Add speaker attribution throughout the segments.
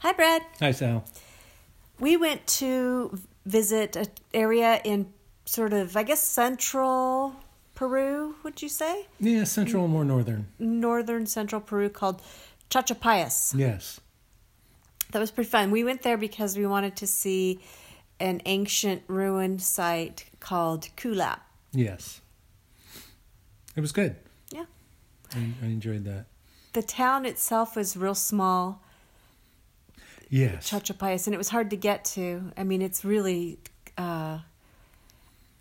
Speaker 1: Hi, Brad.
Speaker 2: Hi, Sal.
Speaker 1: We went to visit an area in sort of, I guess, central Peru, would you say?
Speaker 2: Yeah, central, more northern.
Speaker 1: Northern central Peru called Chachapayas.
Speaker 2: Yes.
Speaker 1: That was pretty fun. We went there because we wanted to see an ancient ruined site called Kulap.
Speaker 2: Yes. It was good.
Speaker 1: Yeah.
Speaker 2: I, I enjoyed that.
Speaker 1: The town itself was real small,
Speaker 2: Yes.
Speaker 1: Chachapayas, and it was hard to get to. I mean, it's really, uh,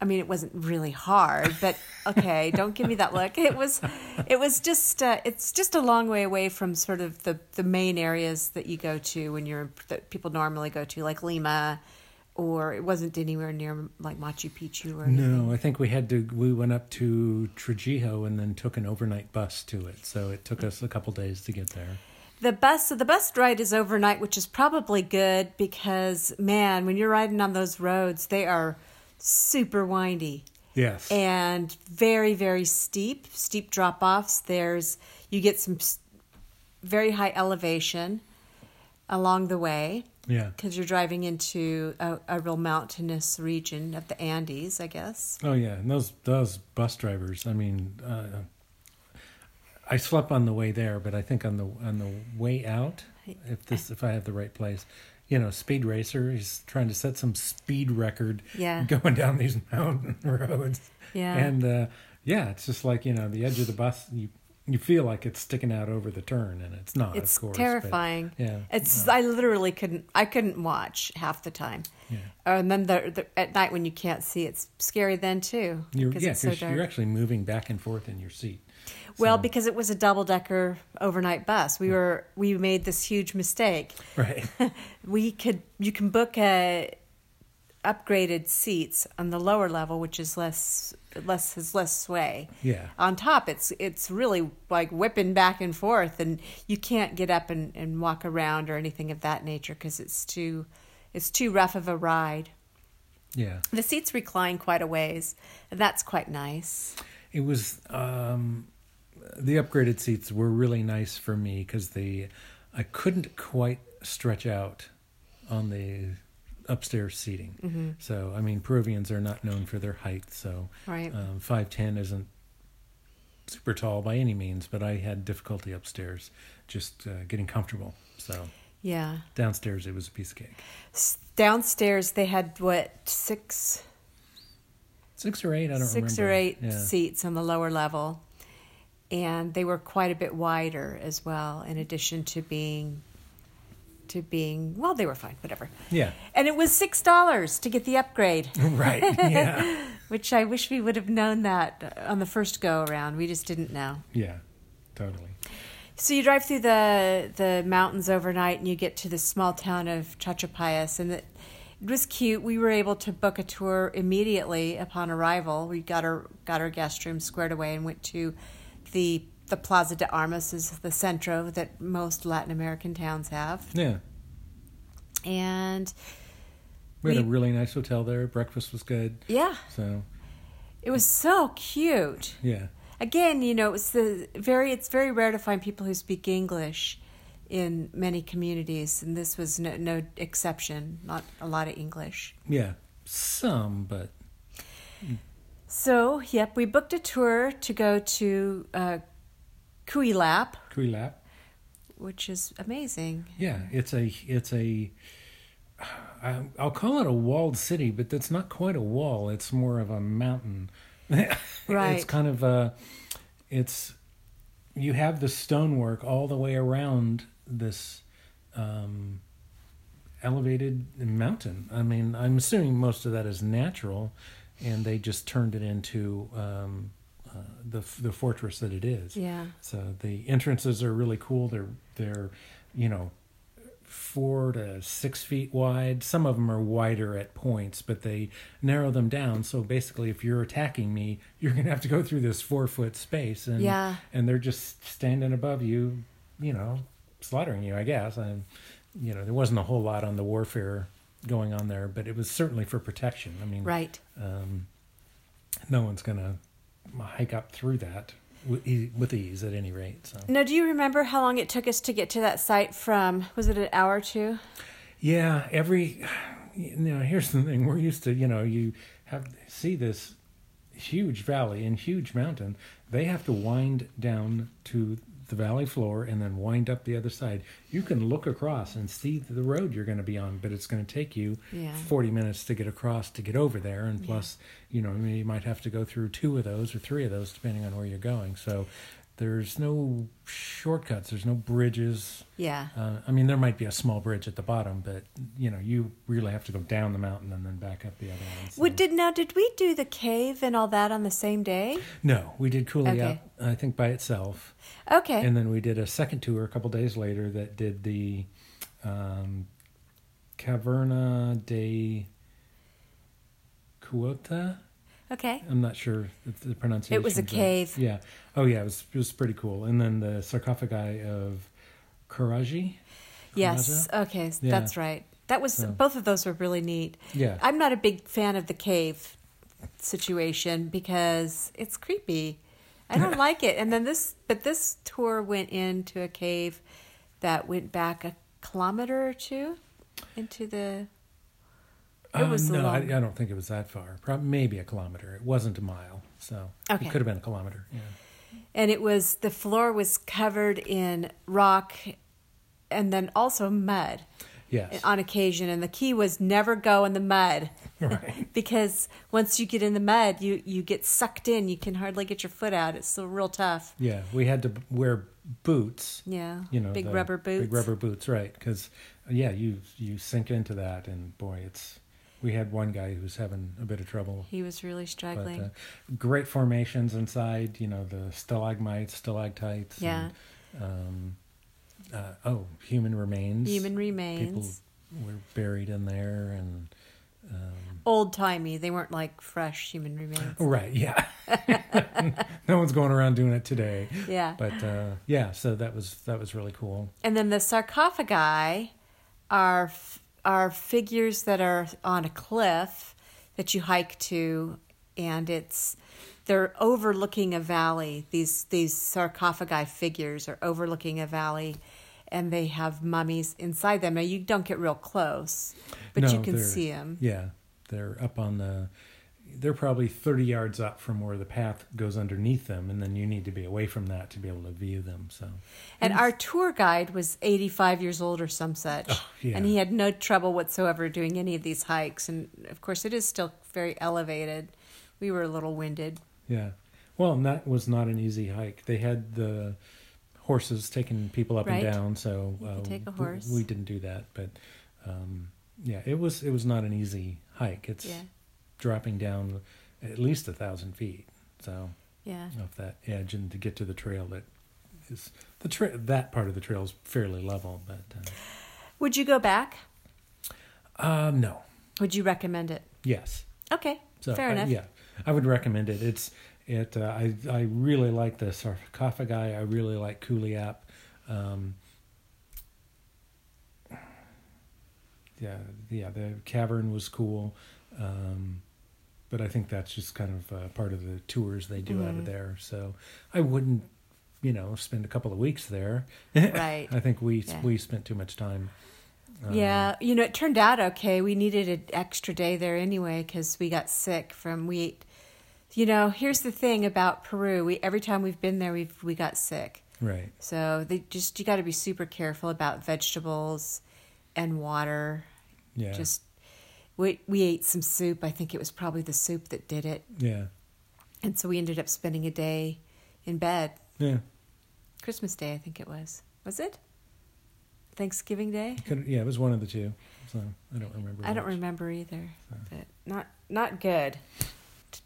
Speaker 1: I mean, it wasn't really hard, but okay, don't give me that look. It was, it was just, uh, it's just a long way away from sort of the the main areas that you go to when you're that people normally go to, like Lima, or it wasn't anywhere near like Machu Picchu or
Speaker 2: No, I think we had to. We went up to Trejijo and then took an overnight bus to it. So it took us a couple days to get there.
Speaker 1: The bus so the bus ride is overnight, which is probably good because man, when you're riding on those roads, they are super windy
Speaker 2: Yes.
Speaker 1: and very very steep, steep drop-offs. There's you get some s- very high elevation along the way
Speaker 2: yeah.
Speaker 1: because you're driving into a, a real mountainous region of the Andes, I guess.
Speaker 2: Oh yeah, and those those bus drivers. I mean, uh, I slept on the way there, but I think on the on the way out, if this if I have the right place, you know, speed racer. He's trying to set some speed record.
Speaker 1: Yeah.
Speaker 2: Going down these mountain roads.
Speaker 1: Yeah.
Speaker 2: And uh, yeah, it's just like you know the edge of the bus. You you feel like it's sticking out over the turn, and it's not.
Speaker 1: It's
Speaker 2: of course, but-
Speaker 1: terrifying.
Speaker 2: yeah.
Speaker 1: It's I literally couldn't I couldn't watch half the time.
Speaker 2: Yeah.
Speaker 1: And then the, the, at night when you can't see, it's scary then too.
Speaker 2: You're,
Speaker 1: because
Speaker 2: yeah,
Speaker 1: it's so
Speaker 2: 'cause
Speaker 1: dark.
Speaker 2: you're actually moving back and forth in your seat.
Speaker 1: well, because it was a double decker overnight bus, we were we made this huge mistake.
Speaker 2: Right.
Speaker 1: We could you can book a upgraded seats on the lower level, which is less less has less sway.
Speaker 2: Yeah.
Speaker 1: On top, it's it's really like whipping back and forth, and you can't get up and, and walk around or anything of that nature because it's too it's too rough of a ride.
Speaker 2: Yeah.
Speaker 1: The seats recline quite a ways, and that's quite nice.
Speaker 2: It was um, the upgraded seats were really nice for me because they I couldn't quite stretch out on the upstairs seating.
Speaker 1: Mm-hmm.
Speaker 2: So I mean, Peruvians are not known for their height, so
Speaker 1: Right.
Speaker 2: um, five ten isn't super tall by any means. But I had difficulty upstairs just uh, getting comfortable. So
Speaker 1: Yeah.
Speaker 2: downstairs it was a piece of cake.
Speaker 1: S- Downstairs, they had what six,
Speaker 2: Six or eight, I don't
Speaker 1: six
Speaker 2: remember.
Speaker 1: or eight
Speaker 2: Yeah.
Speaker 1: seats on the lower level, and they were quite a bit wider as well. In addition to being, to being well, they were fine, whatever.
Speaker 2: Yeah.
Speaker 1: And it was six dollars to get the upgrade,
Speaker 2: Right. Yeah.
Speaker 1: which I wish we would have known that on the first go around. We just didn't know.
Speaker 2: yeah. Totally.
Speaker 1: So you drive through the the mountains overnight, and you get to this small town of Chachapayas, and it, it was cute. We were able to book a tour immediately upon arrival. We got our got our guest room squared away and went to the the Plaza de Armas is the centro that most Latin American towns have,
Speaker 2: Yeah.
Speaker 1: and
Speaker 2: We had a
Speaker 1: We-
Speaker 2: really nice hotel there. Breakfast was good.
Speaker 1: yeah,
Speaker 2: So
Speaker 1: it was so cute.
Speaker 2: yeah,
Speaker 1: Again, you know, it's the very it's very rare to find people who speak English in many communities, and this was no, no exception. Not a lot of English.
Speaker 2: yeah, some, but
Speaker 1: So, yep, we booked a tour to go to uh, Cuilap,
Speaker 2: Kuilap.
Speaker 1: which is amazing.
Speaker 2: Yeah, it's a it's a. I- I'll call it a walled city, but that's not quite a wall. It's more of a mountain. It's
Speaker 1: Right.
Speaker 2: kind of a. It's you have the stonework all the way around this um, elevated mountain. I mean, I'm assuming most of that is natural, and they just turned it into um, uh, the the fortress that it is.
Speaker 1: Yeah.
Speaker 2: So the entrances are really cool. They're they're, you know, four to six feet wide. Some of them are wider at points, but they narrow them down. So basically, if you're attacking me, you're gonna have to go through this four foot space, and
Speaker 1: Yeah.
Speaker 2: and they're just standing above you, you know, slaughtering you. I guess and you know there wasn't a whole lot on the warfare going on there, but it was certainly for protection. I mean,
Speaker 1: Right.
Speaker 2: um, no one's gonna hike up through that with, e- with ease at any rate. So
Speaker 1: Now, do you remember how long it took us to get to that site from, was it an hour or two?
Speaker 2: yeah, every you know here's the thing we're used to you know you have see this huge valley and huge mountain they have to wind down to the valley floor and then wind up the other side you can look across and see the road you're going to be on but it's going to take you
Speaker 1: Yeah.
Speaker 2: 40 minutes to get across to get over there and plus you know you might have to go through two of those or three of those depending on where you're going so there's no shortcuts there's no bridges
Speaker 1: Yeah.
Speaker 2: uh, I mean, there might be a small bridge at the bottom, but you know, you really have to go down the mountain and then back up the other one. so-
Speaker 1: Would, did, now, did we do the cave and all that on the same day?
Speaker 2: no, we did Cooley
Speaker 1: Okay.
Speaker 2: Up, I think, by itself,
Speaker 1: Okay.
Speaker 2: and then we did a second tour a couple days later that did the um, Caverna de Cuota.
Speaker 1: okay.
Speaker 2: I'm not sure if the pronunciation.
Speaker 1: It was a cave.
Speaker 2: Yeah. Oh yeah, it was it was pretty cool. And then the sarcophagi of Karaji.
Speaker 1: Yes. Okay. s-
Speaker 2: Yeah.
Speaker 1: That's right. That was,
Speaker 2: So-
Speaker 1: both of those were really neat.
Speaker 2: Yeah.
Speaker 1: I'm not a big fan of the cave situation because it's creepy. I don't like it. And then this, but this tour went into a cave that went back a kilometer or two into the. It
Speaker 2: Uh,
Speaker 1: was a
Speaker 2: no, I,
Speaker 1: long-
Speaker 2: I don't think it was that far. Probably maybe a kilometer. It wasn't a mile, so
Speaker 1: Okay.
Speaker 2: it could have been a kilometer. Yeah.
Speaker 1: and it was the floor was covered in rock and then also mud
Speaker 2: Yes.
Speaker 1: Uh, on occasion and the key was never go in the mud
Speaker 2: right.
Speaker 1: because once you get in the mud you you get sucked in you can hardly get your foot out it's so real tough
Speaker 2: Yeah, we had to b- wear boots.
Speaker 1: yeah
Speaker 2: You know,
Speaker 1: big
Speaker 2: the
Speaker 1: rubber boots
Speaker 2: Big rubber boots, right? Because yeah, you you sink into that, and boy, it's. We had one guy who was having a bit of trouble.
Speaker 1: he was really
Speaker 2: But
Speaker 1: struggling
Speaker 2: uh, great formations inside, you know, the stalagmites, stalactites.
Speaker 1: yeah
Speaker 2: And, um, uh, oh, human remains.
Speaker 1: human
Speaker 2: People
Speaker 1: remains
Speaker 2: were buried in there, and um,
Speaker 1: old timey they weren't like fresh human remains
Speaker 2: Right. Yeah. no one's going around doing it today.
Speaker 1: yeah
Speaker 2: But uh, yeah, so that was that was really cool.
Speaker 1: And then the sarcophagi are f- are figures that are on a cliff that you hike to, and it's they're overlooking a valley. These these sarcophagi figures are overlooking a valley, and they have mummies inside them. Now you don't get real close, but you
Speaker 2: No,
Speaker 1: can
Speaker 2: they're-
Speaker 1: see them.
Speaker 2: Yeah, they're up on the. They're probably thirty yards up from where the path goes underneath them, and then you need to be away from that to be able to view them. So
Speaker 1: And our tour guide was 85 years old or some such.
Speaker 2: Oh, yeah.
Speaker 1: And he had no trouble whatsoever doing any of these hikes. And of course, it is still very elevated. We were a little winded.
Speaker 2: yeah, well, and that was not an easy hike. They had the horses taking people up
Speaker 1: Right.
Speaker 2: and down, so
Speaker 1: You could take a
Speaker 2: w-
Speaker 1: horse.
Speaker 2: We, didn't do that, but um, yeah, it was it was not an easy hike. It's
Speaker 1: Yeah.
Speaker 2: dropping down at least a thousand feet. So
Speaker 1: Yeah.
Speaker 2: off that edge and to get to the trail that is the tra- that part of the trail is fairly level, but
Speaker 1: Would you go back?
Speaker 2: uh, um, no,
Speaker 1: Would you recommend it?
Speaker 2: yes,
Speaker 1: Okay. Fair
Speaker 2: I-
Speaker 1: enough.
Speaker 2: uh, yeah, I would recommend it. It's it. Uh, I I really like the sarcophagi. I really like Kuliap. Um, yeah, yeah. The cavern was cool, um, but I think that's just kind of uh, part of the tours they do
Speaker 1: Mm-hmm.
Speaker 2: out of there. So I wouldn't, you know, spend a couple of weeks there.
Speaker 1: Right.
Speaker 2: I think we
Speaker 1: Yeah.
Speaker 2: we spent too much time.
Speaker 1: yeah. You know, it turned out okay. We needed an extra day there anyway because we got sick from we ate. You know, here's the thing about Peru. We every time we've been there, we've we got sick.
Speaker 2: Right.
Speaker 1: So they just you got to be super careful about vegetables and water.
Speaker 2: Yeah.
Speaker 1: Just we we ate some soup. I think it was probably the soup that did it,
Speaker 2: yeah.
Speaker 1: and so we ended up spending a day in bed.
Speaker 2: Yeah.
Speaker 1: Christmas Day, I think it was. Was it Thanksgiving Day?
Speaker 2: Could, yeah, it was one of the two. So I don't remember.
Speaker 1: I don't
Speaker 2: which.
Speaker 1: remember either, but not not good.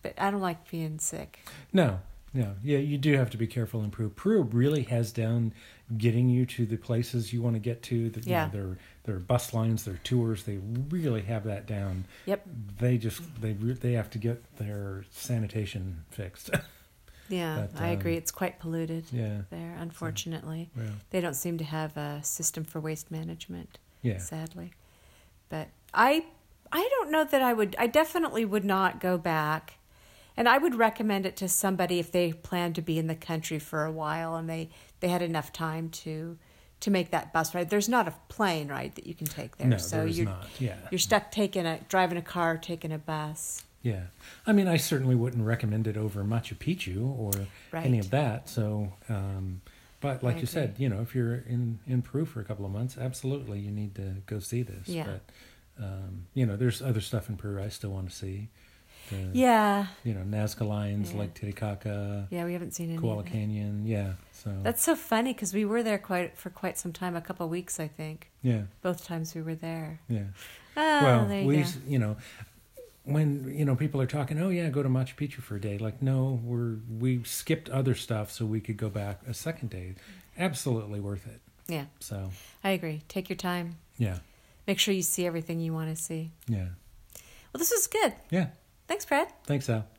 Speaker 1: But I don't like being sick.
Speaker 2: No, no. Yeah, you do have to be careful in Peru. Peru really has down getting you to the places you want to get to. That,
Speaker 1: Yeah.
Speaker 2: You know, their their bus lines, their tours, they really have that down.
Speaker 1: Yep.
Speaker 2: They just they re- they have to get their sanitation fixed.
Speaker 1: Yeah,
Speaker 2: But,
Speaker 1: I agree.
Speaker 2: um,
Speaker 1: It's quite polluted
Speaker 2: yeah.
Speaker 1: there, unfortunately.
Speaker 2: Well,
Speaker 1: They don't seem to have a system for waste management,
Speaker 2: yeah.
Speaker 1: sadly. But I I don't know that I would I definitely would not go back. And I would recommend it to somebody if they plan to be in the country for a while and they they had enough time to to make that bus ride. There's not a plane ride that you can take there,
Speaker 2: No,
Speaker 1: so
Speaker 2: there's
Speaker 1: you're
Speaker 2: not. Yeah.
Speaker 1: you're stuck taking a driving a car, taking a bus.
Speaker 2: Yeah. I mean, I certainly wouldn't recommend it over Machu Picchu or any
Speaker 1: Right.
Speaker 2: of that. So, um, but like
Speaker 1: I
Speaker 2: you said, you know, if you're in, in Peru for a couple of months, absolutely you need to go see this.
Speaker 1: Yeah.
Speaker 2: But, um, you know, there's other stuff in Peru I still want to see. The,
Speaker 1: Yeah,
Speaker 2: You know, Nazca Lines,
Speaker 1: Yeah.
Speaker 2: like Titicaca,
Speaker 1: yeah, we haven't seen any.
Speaker 2: Koala
Speaker 1: of it.
Speaker 2: Canyon. Yeah. So,
Speaker 1: That's so funny because we were there quite for quite some time, a couple of weeks, I think.
Speaker 2: yeah.
Speaker 1: Both times we were there.
Speaker 2: Yeah.
Speaker 1: Oh,
Speaker 2: well,
Speaker 1: there you
Speaker 2: we
Speaker 1: go.
Speaker 2: s you know when you know people are talking, oh yeah, go to Machu Picchu for a day. Like no, we're we skipped other stuff so we could go back a second day. Absolutely worth it.
Speaker 1: yeah,
Speaker 2: So
Speaker 1: I agree. Take your time.
Speaker 2: yeah,
Speaker 1: Make sure you see everything you want to see.
Speaker 2: yeah,
Speaker 1: Well, this is good.
Speaker 2: yeah.
Speaker 1: Thanks, Brad.
Speaker 2: Thanks, Al.